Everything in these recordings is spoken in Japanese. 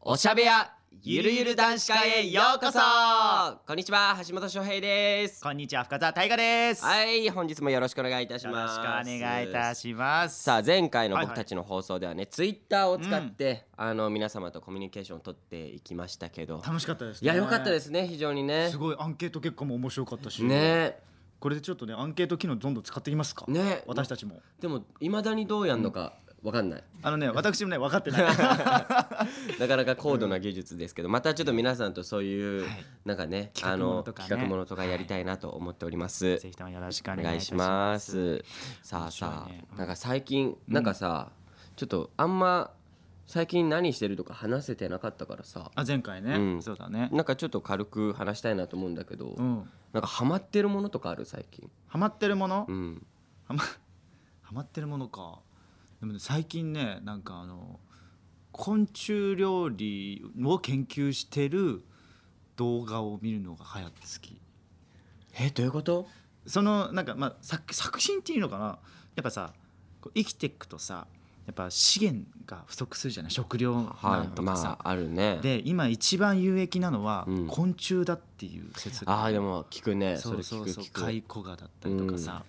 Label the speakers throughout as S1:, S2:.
S1: おしゃべやゆるゆる男子会へようこそこんにちは橋本翔平です
S2: こんにちは深澤大河です。よ
S1: はい本日もよろしくお願いいた
S2: ろ
S1: し
S2: しくお
S1: ます
S2: 願いいたします。
S1: さあ前回の
S2: はい
S1: 僕
S2: はい
S1: たちの放送ではね、ツイッターを使って、あの皆様とコミュニケーションを取っていきましたけど
S2: 楽しかったです、。
S1: いや良かったですすね非常にね
S2: すごいアンケート結果も面白かったし、
S1: ね
S2: これでちょっとねアンケート機能どんどん使っていきますか。
S1: ね
S2: 私たちも。
S1: でもいまだにどうやんのかわかんない、
S2: あのね私もね分かってない。
S1: なかなか高度な技術ですけど、またちょっと皆さんとそういう、
S2: はい
S1: なんかね
S2: 企画ものとか
S1: あの
S2: ね
S1: 企画ものとかやりたいなと思っております、
S2: ぜひともよろしくお
S1: お
S2: 願
S1: 願
S2: い
S1: い
S2: し
S1: し
S2: ま。
S1: ますすさあさ
S2: 面白
S1: あ、
S2: いねうん
S1: なんか最近なんかさ、ちょっとあんま最近何してるとか話せてなかったからさ
S2: あ前回ね、
S1: うん
S2: そうだね。
S1: なんかちょっと軽く話したいなと思うんだけど、
S2: うん。
S1: なんかハマってるものとかある最近
S2: ハマってるもの
S1: う？ん
S2: ハマハマってるものか。でも、ね、最近ねなんかあの昆虫料理を研究してる動画を見るのが流行って好き。
S1: えどういうこと
S2: そのなんかまあ作作品っていうのかなやっぱさこう生きていくとさやっぱ資源が不足するじゃない食料
S1: は
S2: 難
S1: い
S2: とかさ、
S1: まああるね
S2: で今一番有益なのは
S1: うん
S2: 昆虫だっていう説
S1: ああでも聞くねそ
S2: そうそう
S1: れ
S2: そう
S1: 聞く
S2: カ
S1: 聞
S2: イ
S1: く
S2: コガだったりとかさ、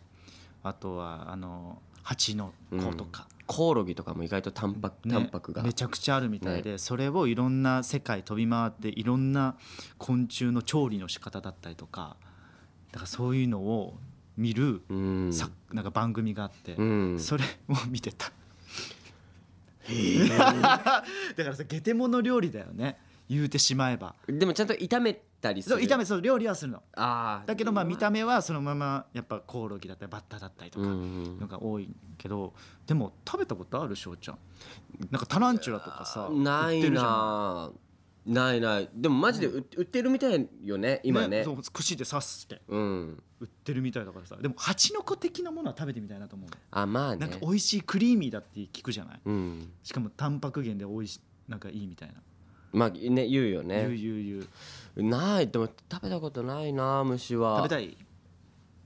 S2: あとはあの蜂の子とか、
S1: コオロギとかも意外とタンパク、
S2: ね
S1: タンパクが
S2: めちゃくちゃあるみたいで、それをいろんな世界飛び回っていろんな昆虫の調理の仕方だったりとかだからそういうのを見る
S1: うん
S2: さなんか番組があって、
S1: うん
S2: それを見てた だからさゲテモノ料理だよね言うてしまえば
S1: でもちゃんと炒めたりする
S2: そう炒めそう料理はするの
S1: ああ
S2: だけどまあ見た
S1: 目
S2: 目はそのままやっぱコオロギだったりバッタだったりと
S1: う
S2: か
S1: ん
S2: のが多いけどでも食べたことある翔ちゃんなんかタランチュラとかさ
S1: な
S2: 売って
S1: い
S2: るじゃん
S1: なないないでもマジで売売ってるみたいよね今ね
S2: そう串で刺して
S1: うん
S2: 売ってるみたいだからさでも蜂の子的なものは食べてみたいなと思うの
S1: あまあ
S2: な
S1: ね
S2: んか美味しいクリーミーだって聞くじゃない
S1: うん
S2: しかもタンパク源で美味しいなんかいいみたいな
S1: まあね言うよ
S2: ゆう
S1: ね
S2: ゆうゆう
S1: ないでも食べたことないな虫は
S2: 食べたい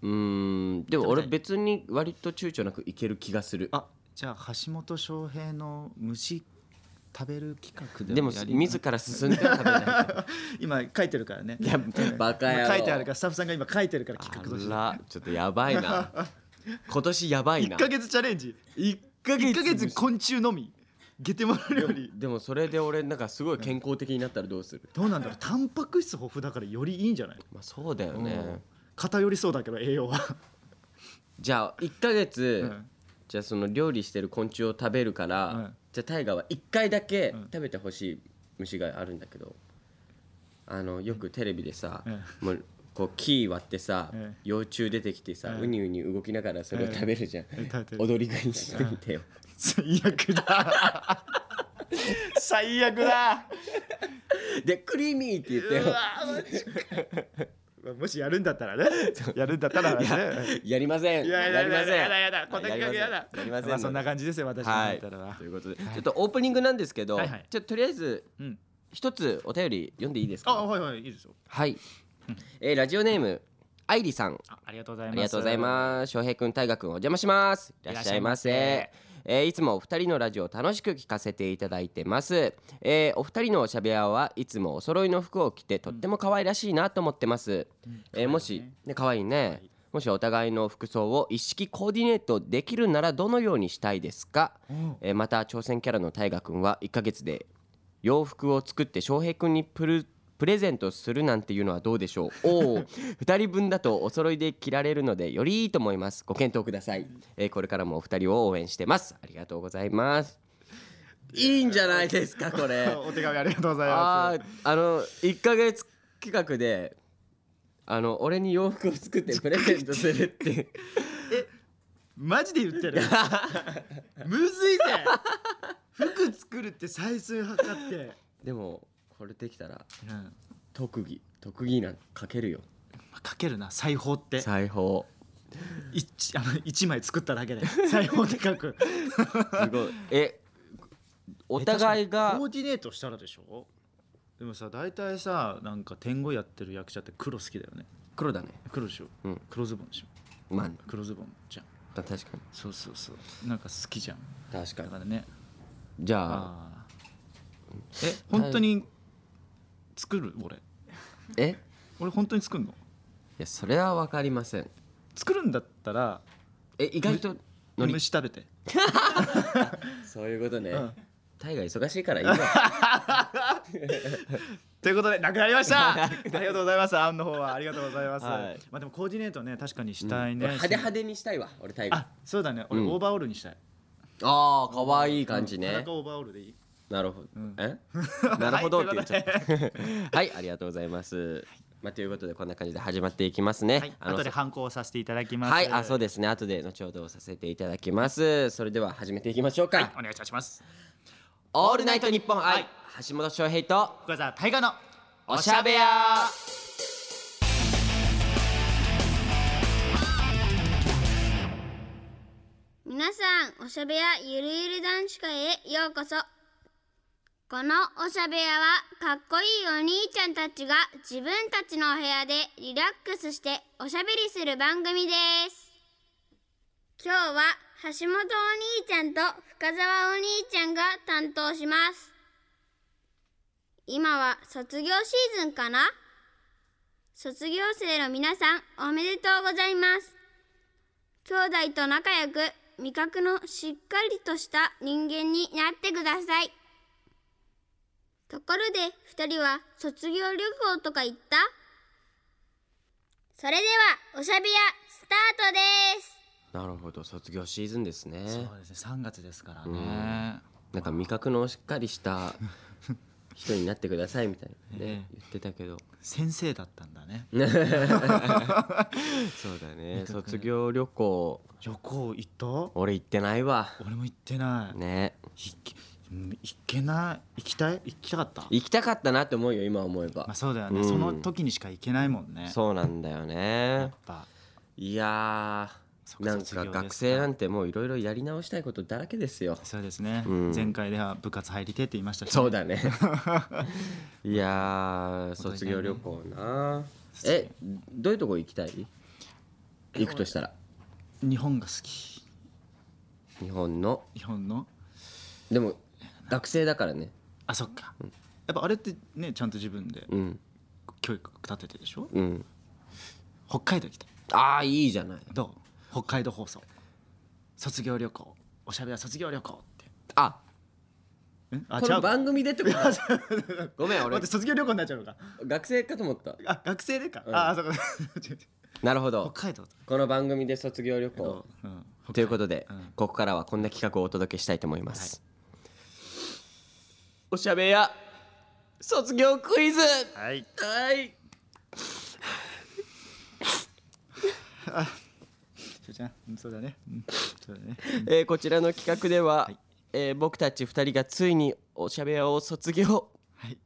S1: うんでも俺
S2: 食べ
S1: 別に割と躊躇なくいける気がする
S2: あじゃあ橋本翔平の虫食べる企画で
S1: でも
S2: やり
S1: 自ら進んでは食べない
S2: 今書いてるからね
S1: いやバカ野郎
S2: 書いてあるからスタッフさんが今書いてるから企画として
S1: あらちょっとやばい な今年やばいな
S2: 1ヶ月チャレンジ
S1: 1ヶ
S2: 1ヶ月昆虫のみゲテモノ料理
S1: でもそれで俺なんかすごい健康的になったらどうする
S2: どうなんだろうタンパク質豊富だからよりいいんじゃない
S1: まあそうだよ
S2: う
S1: ね
S2: ん偏りそうだけど栄養は、
S1: じゃあ1ヶ
S2: う
S1: 月
S2: ん
S1: じゃあその料理してる昆虫を食べるか
S2: う
S1: ら
S2: ん
S1: じゃあ大河は1回だけ
S2: うん
S1: 食べてほしい虫があるんだけどあのよくテレビでさもうこう木割ってさ
S2: うん
S1: 幼虫出てきてさ
S2: うん
S1: ウニウニ動きながらそれを食べるじゃん
S2: うん食べてる
S1: 踊り食いしてみてよ
S2: 最悪だ 最悪だ
S1: でクリーミーって言って
S2: う
S1: よ
S2: わマジかもしやるんだったらねやるんだったらね
S1: やりません。
S2: いやい
S1: や
S2: やい
S1: りま
S2: や
S1: せ
S2: い
S1: ん。
S2: やいやいやこんな
S1: やりませ
S2: 企画
S1: ん
S2: やだ
S1: やりませんので。
S2: まあそんな感じですよ私の
S1: は
S2: だっ
S1: い。
S2: たらは
S1: ということで、ちょっとオープニングなんですけど、
S2: はいはい
S1: ちょっととりあえず
S2: うん
S1: 一つお便り読んでいいですか。
S2: あはいはいいいですよ
S1: はい。えーラジオネーム愛理さん、
S2: あありがとうござい
S1: あ
S2: ます
S1: りがとうございます。翔平くん、大河くん、お邪魔します。いらっしゃいませ。えーいつもお二人のラジオを楽しく聞かせていただいてます、えーお二人のおしゃべりはいつもお揃いの服を着てとっても可愛らしいなと思ってます、えーもしね可愛いね、もしお互いの服装を一式コーディネートできるならどのようにしたいですか、
S2: うん
S1: えーまた挑戦キャラの大河君は1ヶ月で洋服を作って翔平君にプルプレゼントするなんていうのはどうでしょうおお二人分だとお揃いで着られるのでよりいいと思いますご検討ください、えーこれからもお二人を応援してますありがとうございますいいんじゃないですかこれ
S2: お手紙ありがとうござい
S1: あ
S2: ま
S1: ーあの1ヶ月企画であの俺に洋服を作ってプレゼントするって いう
S2: すマジで言って るむずいぜ服作るって採寸測って
S1: でもこれできたら
S2: うん
S1: 特技特技なんかけるよ
S2: かけるな裁縫って
S1: 裁縫
S2: 一あの一枚作った だけで裁縫で書く
S1: すごいえお互い
S2: え確かに
S1: が
S2: コーディネートしたらでしょでもさ大体さなんか天狗やってる役者って黒好きだよね
S1: 黒だね
S2: 黒でしょ、
S1: うん
S2: 黒ズボンでしょ
S1: まあね
S2: 黒ズボンじゃん
S1: 確かに
S2: そうそうそうなんか好きじゃん
S1: 確か
S2: だからね
S1: じゃあ
S2: ああえ本当に作る俺
S1: えい
S2: 俺本当に作るの
S1: やそれは分かりません
S2: 作るんだったら
S1: え意外とのり
S2: 虫食べて
S1: そういうことね、
S2: うん
S1: タイが忙しい から今
S2: ということでなくなりました ありがとうございます案の方はありがとうございます、
S1: はい
S2: まあでもコーディネートね確かにしたいね、
S1: 派手派手にしたいわ俺タイ
S2: あ
S1: ガ
S2: そうだね俺
S1: うん
S2: オーバーオールにしたい、
S1: ああ可愛い感じね
S2: 裸オーバーオールでいい
S1: なるほど、え なるほどって言っちゃった
S2: はいというこ
S1: はい、ありがとうございます。まあ、ということで、こんな感じで始まっていきますね。
S2: はい
S1: あの
S2: 後で反抗させていただきます
S1: はい、あ、そう
S2: で
S1: ですね。後で後ほどさせていただきます。それでは始めていきましょうか。
S2: お願いいたします
S1: オールナイトニッポン愛、
S2: はい
S1: 橋本翔平と
S2: これさ大河の
S1: おしゃべや。
S3: 皆さん、おしゃべやゆるゆる男子会へようこそ。このおしゃべやは、かっこいいお兄ちゃんたちが自分たちのお部屋でリラックスしておしゃべりする番組です。今日は、橋本お兄ちゃんと深澤お兄ちゃんが担当します。今は卒業シーズンかな卒業生の皆さん、おめでとうございます。兄弟と仲良く味覚のしっかりとした人間になってくださいところで二人は卒業旅行とか行ったそれではおしゃべやスタートです
S1: なるほど、卒業シーズンですね。
S2: そうですね三月ですから
S1: う
S2: ね
S1: なんか味覚のしっかりした 人になってくださいみたいなね
S2: え、
S1: 言ってたけど。
S2: 先生だったんだね
S1: そうだね。
S2: 味覚
S1: 卒業旅行、
S2: 旅行行った
S1: 俺行ってないわ。
S2: 俺も行ってない、
S1: ね、
S2: 行けうん行けない行きたい行きたかった
S1: 行きたかったなって思うよ、今思えば
S2: まあ。そうだよね、
S1: うん
S2: その時にしか行けないもんね
S1: そうなんだよ
S2: や
S1: ね
S2: っ。ぱ
S1: いや
S2: そ
S1: ー
S2: こ
S1: なん
S2: 卒業
S1: か
S2: です
S1: 学生なんてもういろいろやり直したいことだらけですよ
S2: そうですね、
S1: うん
S2: 前回では部活入りてって言いましたしね、
S1: そうだね いやー卒業旅行なえどういうとこ行きたい行くとしたら
S2: 日本が好き
S1: 日本の
S2: 日本の
S1: でも学生だからね
S2: あそっか、やっぱあれってねちゃんと自分で
S1: うん
S2: 教育立ててでしょ、
S1: うん
S2: 北海道行きたい
S1: ああいいじゃない
S2: どう北海道放送卒業旅行おしゃべりは卒業旅行って
S1: あ
S2: うんあ
S1: こ
S2: 違
S1: の
S2: うか
S1: 番組でってこと ごめん
S2: 待
S1: 俺
S2: って卒業旅行になっちゃうのか
S1: 学生かと思った
S2: あ学生でか、
S1: うん
S2: ああそうか 違う違う
S1: なるほ
S2: 北
S1: ど
S2: 海道
S1: この番組で卒業旅行
S2: うん
S1: ということで、
S2: うん
S1: ここからはこんな企画をお届けしたいと思います、おしゃべや卒業クイズ
S2: はい
S1: はい
S2: しゅうちゃんうんそうだねうんそうだね
S1: えーこちらの企画では、えー僕たち二人がついにおしゃべやを卒業
S2: はい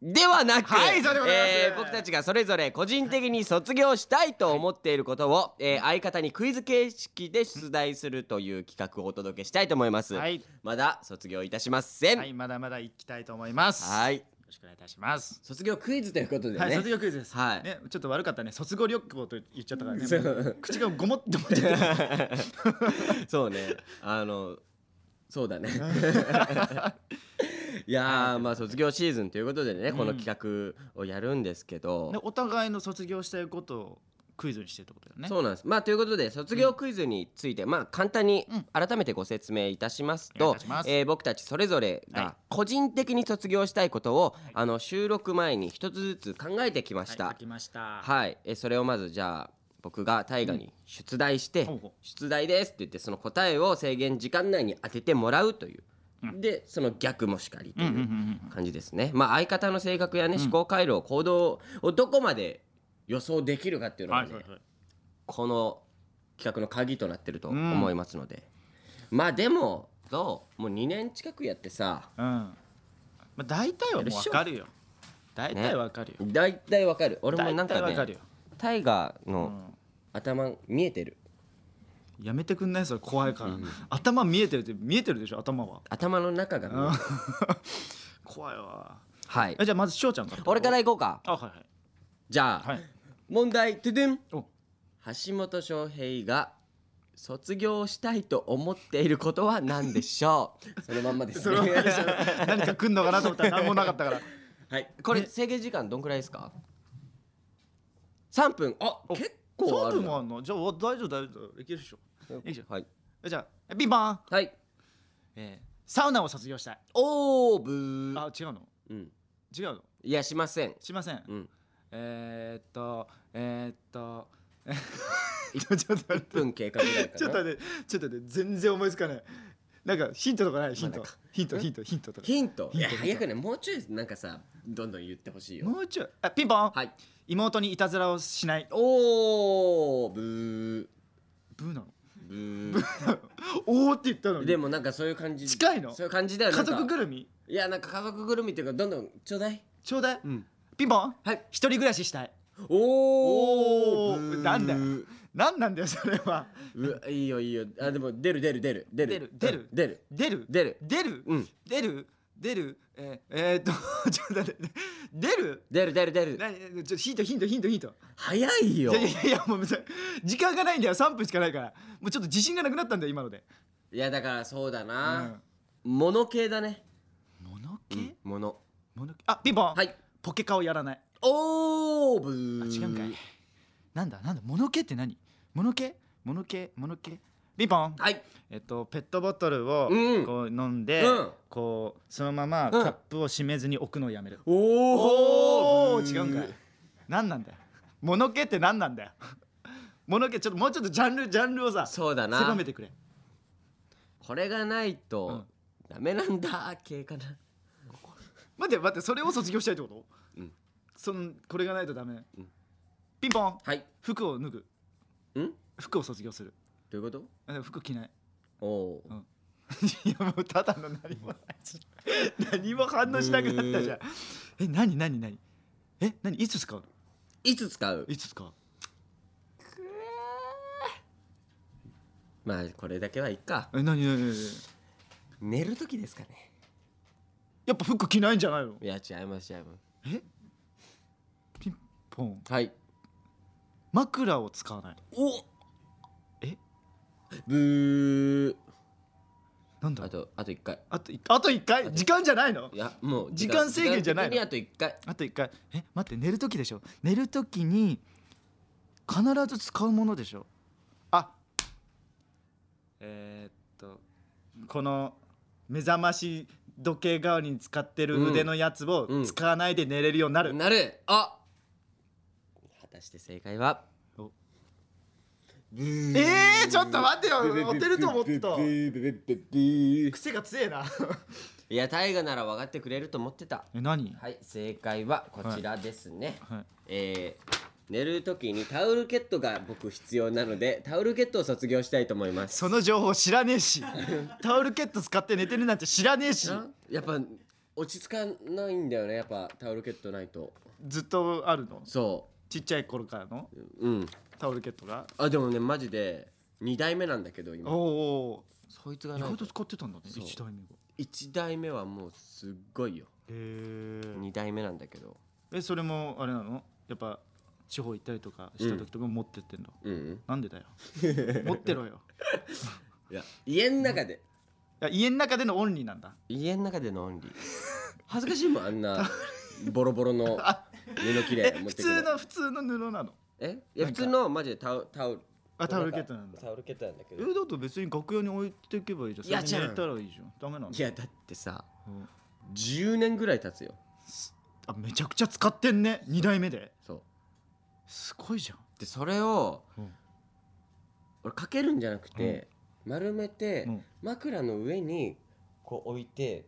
S1: ではなく、
S2: はいそうでございます
S1: えー僕たちがそれぞれ個人的に卒業したいと思っていることを、えー相方にクイズ形式で出題するという企画をお届けしたいと思います、
S2: はい
S1: まだ卒業いたしません
S2: はいまだまだ行きたいと思います
S1: はい
S2: よ
S1: い
S2: ろしくお願いいたします
S1: 卒業クイズということでね、
S2: はい、卒業クイズです。
S1: はい
S2: ね、ちょっと悪かったね、卒業旅行と言っちゃったからね。
S1: そう
S2: もう口がごもっともっちゃって。
S1: そうねあのそう だねいやーまあ卒業シーズンということでね、この企画をやるんですけど、
S2: でお互いの卒業したいことをクイズにしてるってことだよね。
S1: そうなんですまあということで卒業クイズについて、まあ簡単に
S2: うん
S1: 改めてご説明いたします
S2: お
S1: と、
S2: 願いいたします
S1: えー僕たちそれぞれ
S2: はい
S1: が個人的に卒業したいことを、あの収録前に一つずつ考えてきました、
S2: はい、書きました。
S1: はい、えそれをまずじゃあ僕が大河に出題して
S2: ほうほう
S1: 「出題です」って言ってその答えを制限時間内に当ててもらうという、でその逆もしかりとい
S2: うんうんう
S1: うん感じですね。まあ、相方の性格やね思考回路行動をどこまで予想できるかっていう
S2: うん。
S1: のが
S2: はい
S1: ね、
S2: はいはい。
S1: この企画の鍵となってると
S2: うん
S1: 思いますので、まあでもどうもう2年近くやってさ
S2: うん。まあ大体はもうわかるよ。大体わかるよ。
S1: 大体わかる俺も
S2: 大
S1: なん
S2: 体わか
S1: か
S2: る
S1: ね
S2: よ。
S1: タイガー
S2: う
S1: の
S2: ん
S1: 頭見えてる。
S2: やめてくんないそれ怖いから、頭見えてるって見えてるでしょ 頭は
S1: 頭の中が見えてる
S2: 怖いわ
S1: はい
S2: えじゃあまずしょうちゃんから
S1: 俺から行こうか
S2: あはいはい
S1: じゃあ、
S2: はい
S1: 問題トゥドゥン
S2: お
S1: 橋本翔平が卒業したいと思っていることは何でしょ うそのまんまです
S2: それ
S1: ね
S2: は
S1: は
S2: 何か来んのかなと思った ら何もなかったから
S1: いこれ制限時間どんくらいですか3分あ
S2: お
S1: 結構ある
S2: 3分も
S1: な
S2: あんのじゃあ大丈夫大丈夫いけるでしょいいじゃ
S1: はい、
S2: じゃあビンバン、
S1: はい、
S2: えーサウナを卒業したい
S1: おーぶー
S2: あ違うの
S1: うん
S2: 違うの
S1: いやしません
S2: しません、
S1: うん
S2: えー、っとえー、っ とちょちょっと待っ
S1: 1
S2: て
S1: 分経過ぐらいかな
S2: ちょっと待ってちょっと待って全然思いつかないなんかヒントとかないヒント、
S1: まだか
S2: ヒントヒントヒントとか
S1: ヒントいや
S2: ヒント
S1: 早くねもうちょいなんかさどんどん言ってほしいよ
S2: もうちょいあピンポン、
S1: はい
S2: 妹にいたずらをしない
S1: おーぶ
S2: ブーなの
S1: ーブ
S2: おーって言ったの
S1: ー
S2: に
S1: でもなんかそういう感じ
S2: 近いの
S1: そういう感じだよな
S2: 家
S1: んか
S2: 族ぐるみ
S1: いやなんか家族ぐるみっていうかどんどんちょうだい
S2: ちょうだい、
S1: うん
S2: ピンポン
S1: はい
S2: 一人暮らししたい
S1: お
S2: おー
S1: ー
S2: なんだよ何なんだよそれは
S1: うわいいよいいよあでも出る出る出る出る
S2: 出る
S1: 出る
S2: 出る
S1: 出る
S2: 出る、
S1: うん
S2: 出る出るえー、えー、っと ちょっと待って出る
S1: 出る出る出る
S2: なにちょヒントヒントヒントヒント
S1: 早いよ
S2: いやいやいやもう別に時間がないんだよ3分しかないからもうちょっと自信がなくなったんだよ今ので、
S1: いやだからそうだ
S2: う、
S1: なん物系だね
S2: 物
S1: う
S2: 系、
S1: ん物
S2: 物系あピンポン、
S1: はい
S2: ポケカをやらない
S1: おーぶ
S2: あ
S1: ー
S2: 違うんかいなんだなんだ物系って何物系物系物系ピンポン
S1: はい
S2: えっとペットボトルを
S1: うん
S2: こう飲んで、
S1: うん
S2: こうそのままカ
S1: うん
S2: ップを閉めずに置くのをやめる、
S1: お
S2: おー違うんかい何なんだよ物系って何なんだよ物系ちょっともうちょっとジャンルジャンルをさ
S1: そうだな
S2: 狭めてくれ
S1: これがないとダメなんだ系かな
S2: 待って待ってそれを卒業したいってこと、
S1: うん
S2: そのこれがないとダメ、
S1: ん
S2: ピンポン
S1: はいん
S2: 服を脱ぐ
S1: ど
S2: 服を卒業する
S1: ういうこと
S2: あ服着ない
S1: おー
S2: いやもうただの何もないじゃ ん何も反応しなくなったじゃんえ何何何え何いつ使うの
S1: いつ使う
S2: いつ使う
S1: まあこれだけはいっか
S2: え何何何何
S1: 寝る時ですかね
S2: やっぱ服着ないんじゃないの
S1: いや違います違いま
S2: えピンポン
S1: すはい
S2: 枕を使わない
S1: お
S2: え
S1: ブー
S2: なんだ
S1: あとあと一回
S2: あと一あと一回時間じゃないの
S1: いやもう
S2: 時間制限じゃないの
S1: 時間的にあと一回
S2: あと一回え待って寝る時でしょ寝る時に必ず使うものでしょあえーっとこの目覚まし時計代わりに使ってる腕のやつを
S1: うん
S2: 使わないで寝れるようになる、
S1: なるあ果たして正解は
S2: お
S1: ブー
S2: えー、ちょっと待ってよ
S1: ブブブ
S2: モテると思って
S1: ブ
S2: た
S1: ブブブブブ
S2: 癖が強えな
S1: いや大河なら分かってくれると思ってた
S2: え何、
S1: はい正解はこちらですね、
S2: はい、
S1: えー寝る時にタオルケットが僕必要なのでタオルケットを卒業したいと思います
S2: その情報知らねえしタオルケット使って寝てるなんて知らねえし
S1: なやっぱ落ち着かないんだよねやっぱタオルケットないと
S2: ずっとあるの
S1: そ
S2: ちっちゃい頃からの
S1: ううん
S2: タオルケットが
S1: あでもねマジで2代目なんだけど
S2: お
S1: 今
S2: お
S1: そいつ
S2: ー
S1: が
S2: 意
S1: ない
S2: 外
S1: と
S2: と使ってたんだね
S1: そう
S2: 一代目が
S1: 1代目はもうすっごいよ
S2: へー
S1: 2代目なんだけど
S2: えそれもあれなのやっぱ地方行ったりとかした時とかも持ってってんの、
S1: うんうん
S2: なんでだよ持ってろよ
S1: いや家の中で
S2: いや家の中でのオンリーなんだ
S1: 家の中でのオンリー恥ずかしいもんあんなボロボロ の布切
S2: え
S1: れ持っ
S2: 普
S1: てく
S2: 通
S1: る
S2: の普通の布なの
S1: えいや普
S2: なんか
S1: 通のマジでタオタオル
S2: あタオルケットなんだ
S1: タオルケットなんだけ
S2: え
S1: ど
S2: だと別に楽屋に置いていけばいいじゃん
S1: いや
S2: それ
S1: 違
S2: に
S1: う
S2: 寝たらいいじゃんダメなの
S1: いやだってさ
S2: うん
S1: 10年ぐらい経つよ
S2: あめちゃくちゃ使ってんね2代目で
S1: そう
S2: すごいじゃん
S1: でそれを、
S2: うん
S1: 俺かけるんじゃなくて、丸めて、
S2: うん
S1: 枕の上にこう置いて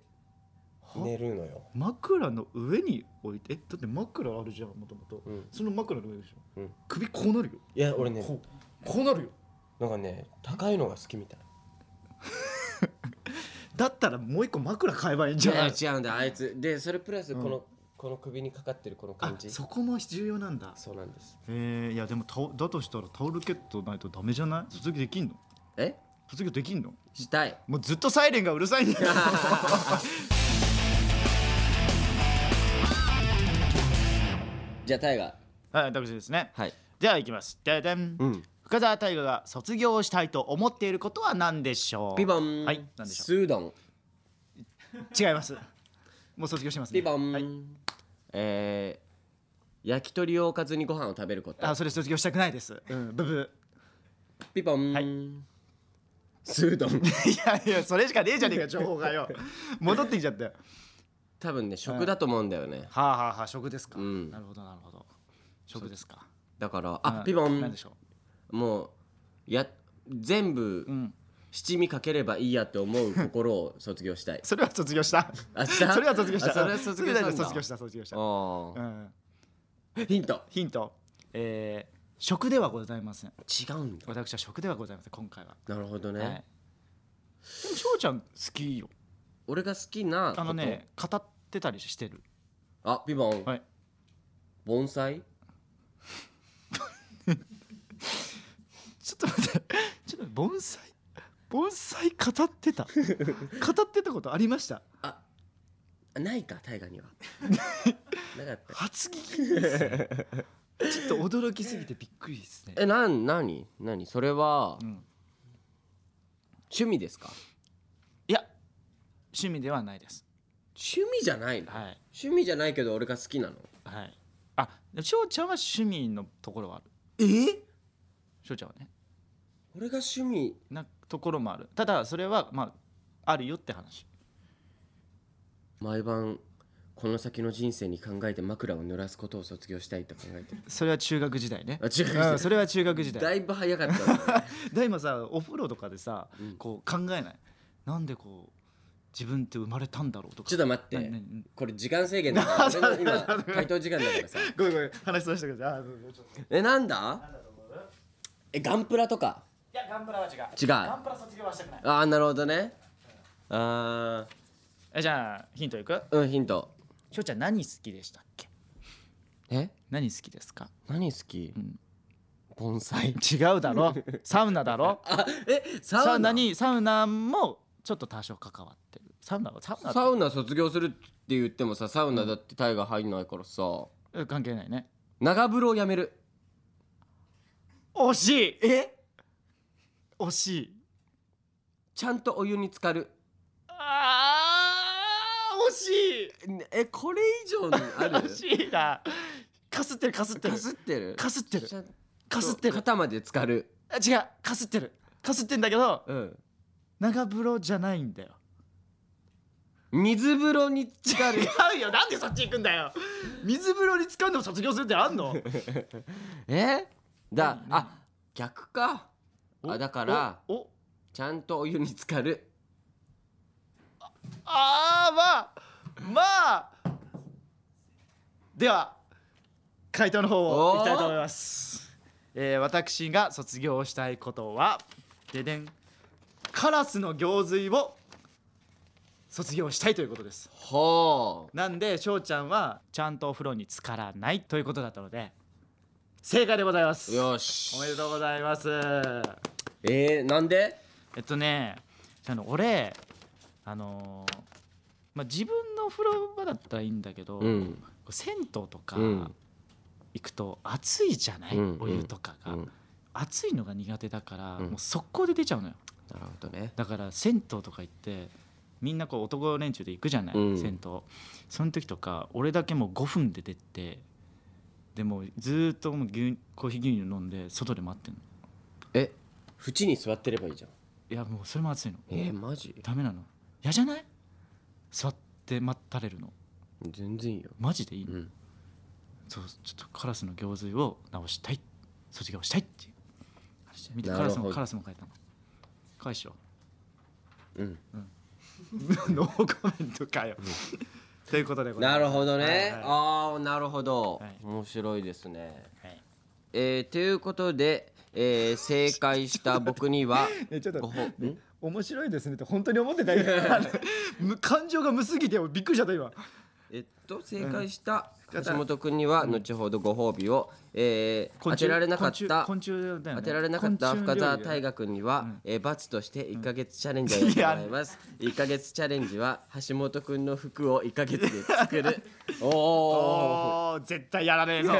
S2: は
S1: 寝るのよ、
S2: 枕の上に置いてえだって枕あるじゃんもともと
S1: うん、
S2: その枕の上でしょ、
S1: うん
S2: 首こうなるよ
S1: いや俺ね
S2: こうこうなるよ
S1: なんかね高いのが好きみたい
S2: だったらもう一個枕買えばいいんじゃない
S1: いや違うんだあいつでそれプラス
S2: うん
S1: この、この首にかかってるこの
S2: あ
S1: 感じ
S2: そこも重要なんだ
S1: そうなんです
S2: えー、いやでもタオだとしたらタオルケットないとダメじゃない卒業できんの
S1: え
S2: 卒業できんの
S1: したい
S2: もうずっとサイレンがうるさいんだよ
S1: じゃあタイガ
S2: はい私ですね
S1: はい
S2: では行きますででん
S1: うん
S2: 深澤大河が卒業したいと思っていることは何でしょう
S1: ビバン、
S2: はい何でしょ
S1: スーダン
S2: う違いますもう卒業してますね
S1: ビバン、
S2: はい、
S1: えー焼き鳥をおかずにご飯を食べること
S2: あそれ卒業したくないですうんブブ
S1: ピポン、スーダン
S2: いやいやそれしかねえじゃねえか情報がよ戻ってきちゃったよ
S1: 多分ね食だと思うんだよね、
S2: はあはあはあ食ですか、
S1: うん
S2: なるほどなるほど食ですか
S1: だからあ
S2: うん
S1: ピポ
S2: 何
S1: ン
S2: でしょ
S1: もうや全部、
S2: ううん
S1: 七味かければいいやって思う心を卒業 したい
S2: それは卒業した
S1: あし
S2: そ
S1: た
S2: れは卒業した
S1: あそれは卒業したんだ
S2: それは卒業した卒業した
S1: あ
S2: う
S1: あ
S2: ん
S1: ヒント
S2: ヒント、えー、食ではございません
S1: 違うんだ
S2: 私は食ではございません今回は、
S1: なるほどね、
S2: はい、でも翔ちゃん好きよ
S1: 俺が好きなこと
S2: あのね語ってたりしてる
S1: あピボン、
S2: はい
S1: 盆栽
S2: ちょっと待ってちょっと盆栽盆栽語っ てた語ってたことありました
S1: あないか大 河にはなかった
S2: 初聞きですねちょっと驚きすぎてびっくりですね
S1: えなん何何それは、
S2: うん
S1: 趣味ですか
S2: いや趣味ではないです
S1: 趣味じゃないの、
S2: はい
S1: 趣味じゃないけど俺が好きなの
S2: はいあでも翔ちゃんは趣味のところはある
S1: え
S2: 翔ちゃんはね
S1: 俺が趣味
S2: なところもあるただそれはまああるよって話
S1: 毎晩この先の人生に考えて枕を濡らすことを卒業したいと考えてる
S2: それは中学時代 ね
S1: あ中学時
S2: う
S1: 代
S2: んそれは中学時代
S1: だいぶ早かった ね
S2: だ今さお風呂とかでさ、
S1: うん
S2: こう考えないなんでこう自分って生まれたんだろうとか
S1: ちょっと待って
S2: ななな
S1: これ時間制限だから 俺の今回答時間だから さ
S2: ごめんごめん話しましたけどあどうぞちょっとい
S1: えなんだえガンプラとか
S2: やガンプラは違う
S1: 違う
S2: ガン
S1: あ
S2: プラ卒業はしたくない
S1: あなるほどねあ
S2: えじゃあヒントいく
S1: ーうんヒント
S2: しょうちゃん何好きでしたっけ
S1: え
S2: 何好きですか
S1: 何好き、
S2: ん
S1: 盆栽
S2: 違うだ ろサウナだろ
S1: あえサウナ
S2: サウナにサウナもちょっと多少関わってるサウナはサウナって
S1: サウナ卒業するって言ってもさサウナだってタイが入んないからさ
S2: うん関係ないね
S1: 長風呂をやめる
S2: 惜しいえ惜しい
S1: ちゃんとお湯に浸かる
S2: あー惜しい
S1: えこれ以上にあ る
S2: 惜しいなかすってるかすってる
S1: かすってる
S2: かすってる
S1: ちゃんと
S2: かすってる
S1: 肩まで浸かる
S2: あ違うかすってるかすってんだけど
S1: うん
S2: 長風呂じゃないんだよ
S1: 水風呂に浸かる
S2: 違うよなんでそっち行くんだよ水風呂に使うのも卒業するってあんの
S1: えだあ逆か
S2: お
S1: あだから
S2: おお
S1: ちゃんとお湯に浸かる
S2: あーまあまあでは回答の方をいきたいと思います、えー、私が卒業したいことはででんカラスの行水を卒業したいということです
S1: ほう
S2: なんで翔ちゃんはちゃんとお風呂に浸からないということだったので正解でございます
S1: よし
S2: おめでとうございます
S1: えー、なんで
S2: えっとねあの俺あのーまあ、自分のお風呂場だったらいいんだけど、
S1: うん
S2: 銭湯とか
S1: うん
S2: 行くと暑いじゃない、
S1: うん
S2: お湯とか
S1: う
S2: が、
S1: ん
S2: 暑いのが苦手だから、
S1: うん
S2: もう速攻で出ちゃうのよ
S1: なるほどね
S2: だから銭湯とか行ってみんなこう男連中で行くじゃない、
S1: うん
S2: 銭湯その時とか俺だけもう5分で出てでもうずーっともう牛コーヒー牛乳飲んで外で待ってんの
S1: え縁に座ってればいいじゃん
S2: いやもうそれも暑いの
S1: えー、マジ
S2: ダメなの嫌じゃない座って待たれるの
S1: 全然いいよ
S2: マジでいいの、
S1: うん
S2: そうちょっとカラスの行水を直したい卒業したいっていう話で見て
S1: な
S2: カ
S1: るほ
S2: ラ
S1: ど
S2: スもカラスも書いたの返 しよ
S1: うん
S2: うノーコメントかよ、ということでございま
S1: な
S2: す
S1: るほどね、
S2: はいはい
S1: ああなるほど、
S2: はい
S1: 面白いですね
S2: はい
S1: えー、ということで、えー、正解した僕には
S2: ねちょっと
S1: ごほん
S2: 面白いですねって本当に思ってないむ感情が無すぎてびっくりしちゃった今
S1: えっと正解した橋本君には後ほどご褒美を、えー、当てられなかった
S2: 昆虫昆虫だよ
S1: 当
S2: ね
S1: てられなかった
S2: 昆虫料
S1: 深
S2: 理だよ
S1: 澤
S2: ね
S1: 大河君には、えー罰として1ヶ月チャレンジをやっても らいます1ヶ月チャレンジは橋本君の服を1ヶ月 で作るおお
S2: おー絶対やらねえぞ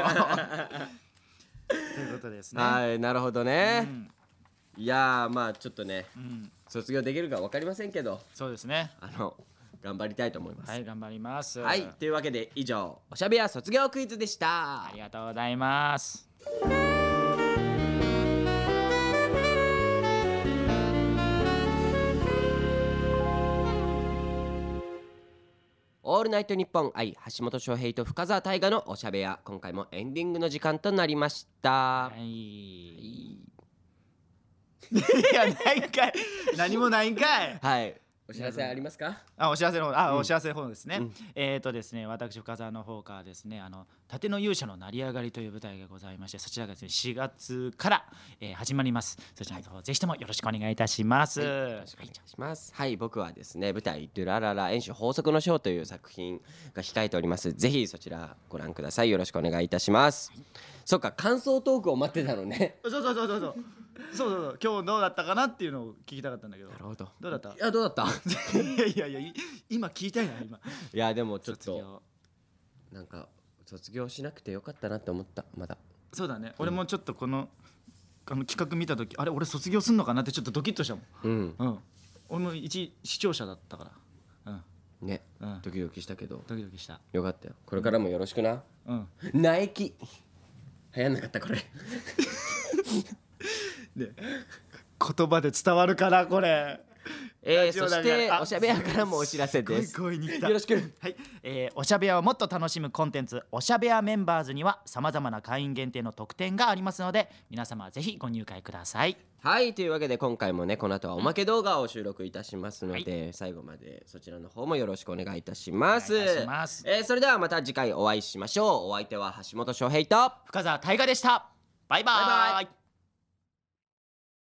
S4: ということですね。
S1: はいなるほど
S4: う
S1: ね、
S4: ん
S1: いやーまあちょっとね
S4: うん、
S1: 卒業できるか分かりませんけど
S4: そうですね。
S1: あの頑張りたいと思います
S4: は
S1: はい、
S4: い、頑張ります。
S1: というわけで以上おしゃべや卒業クイズでした
S4: ありがとうございます。
S1: オールナイトニッポン愛橋本翔平と深澤大河のおしゃべや今回もエンディングの時間となりました、
S4: はい。
S2: いやないんかい何もないんかい
S1: はい。お知らせありますか？
S4: あお知らせの方あ、お知らせの方ですね、
S1: うん
S4: えっ、とですね私深澤の方からですねあの盾の勇者の成り上がりという舞台がございましてそちらがですね4月から、えー始まりますそちらの方、ぜひともよろしくお願いいたします、
S1: お願いします。はい、僕はですね、舞台ドゥラララ演習法則の章という作品が控えております。ぜひそちらご覧ください。よろしくお願いいたします。そっか、感想トークを待ってたのね。
S2: そうそうそうそうそう
S4: そうそうそう今日どうだったかなっていうのを聞きたかったんだけど
S1: なるほど。
S4: どうだった
S1: いやどうだ った？
S4: いやいやいやい今聞いたいな今
S1: いやでもちょっ
S4: 卒
S1: と
S4: 業
S1: なんか卒業しなくてよかったなって思った。まだ。
S4: そうだね俺もちょっとこのあの企画見た時あれ俺卒業すんのかなってちょっとドキッとしたもん
S1: うん。
S4: うん俺も一視聴者だったからうん
S1: ね。
S4: うん
S1: ドキドキしたけど
S4: ドキドキした
S1: よかったよ。これからもよろしくな。
S4: うん
S1: ナイキ。流行んなかったこれ。
S4: 言葉で伝わるかなこれ
S1: え
S4: ラ
S1: ー、
S4: ジ
S1: そ
S4: オだ
S1: し
S4: から
S1: て
S4: あ
S1: おしゃべやからもお知らせ です。
S4: ごい声に来た
S1: よろしく。
S4: はい、えーおしゃべやをもっと楽しむコンテンツおしゃべやメンバーズにはさまざまな会員限定の特典がありますので皆様ぜひご入会ください
S1: はいというわけで今回もねこの後はおまけ動画を収録いたしますので、最後までそちらの方もよろしくお願いいたします
S4: お願いいたします
S1: えーそれではまた次回お会いしましょうお相手は橋本翔平と
S4: 深澤大河でしたバイバ
S1: バイバ
S4: バイバ
S1: イ
S4: イ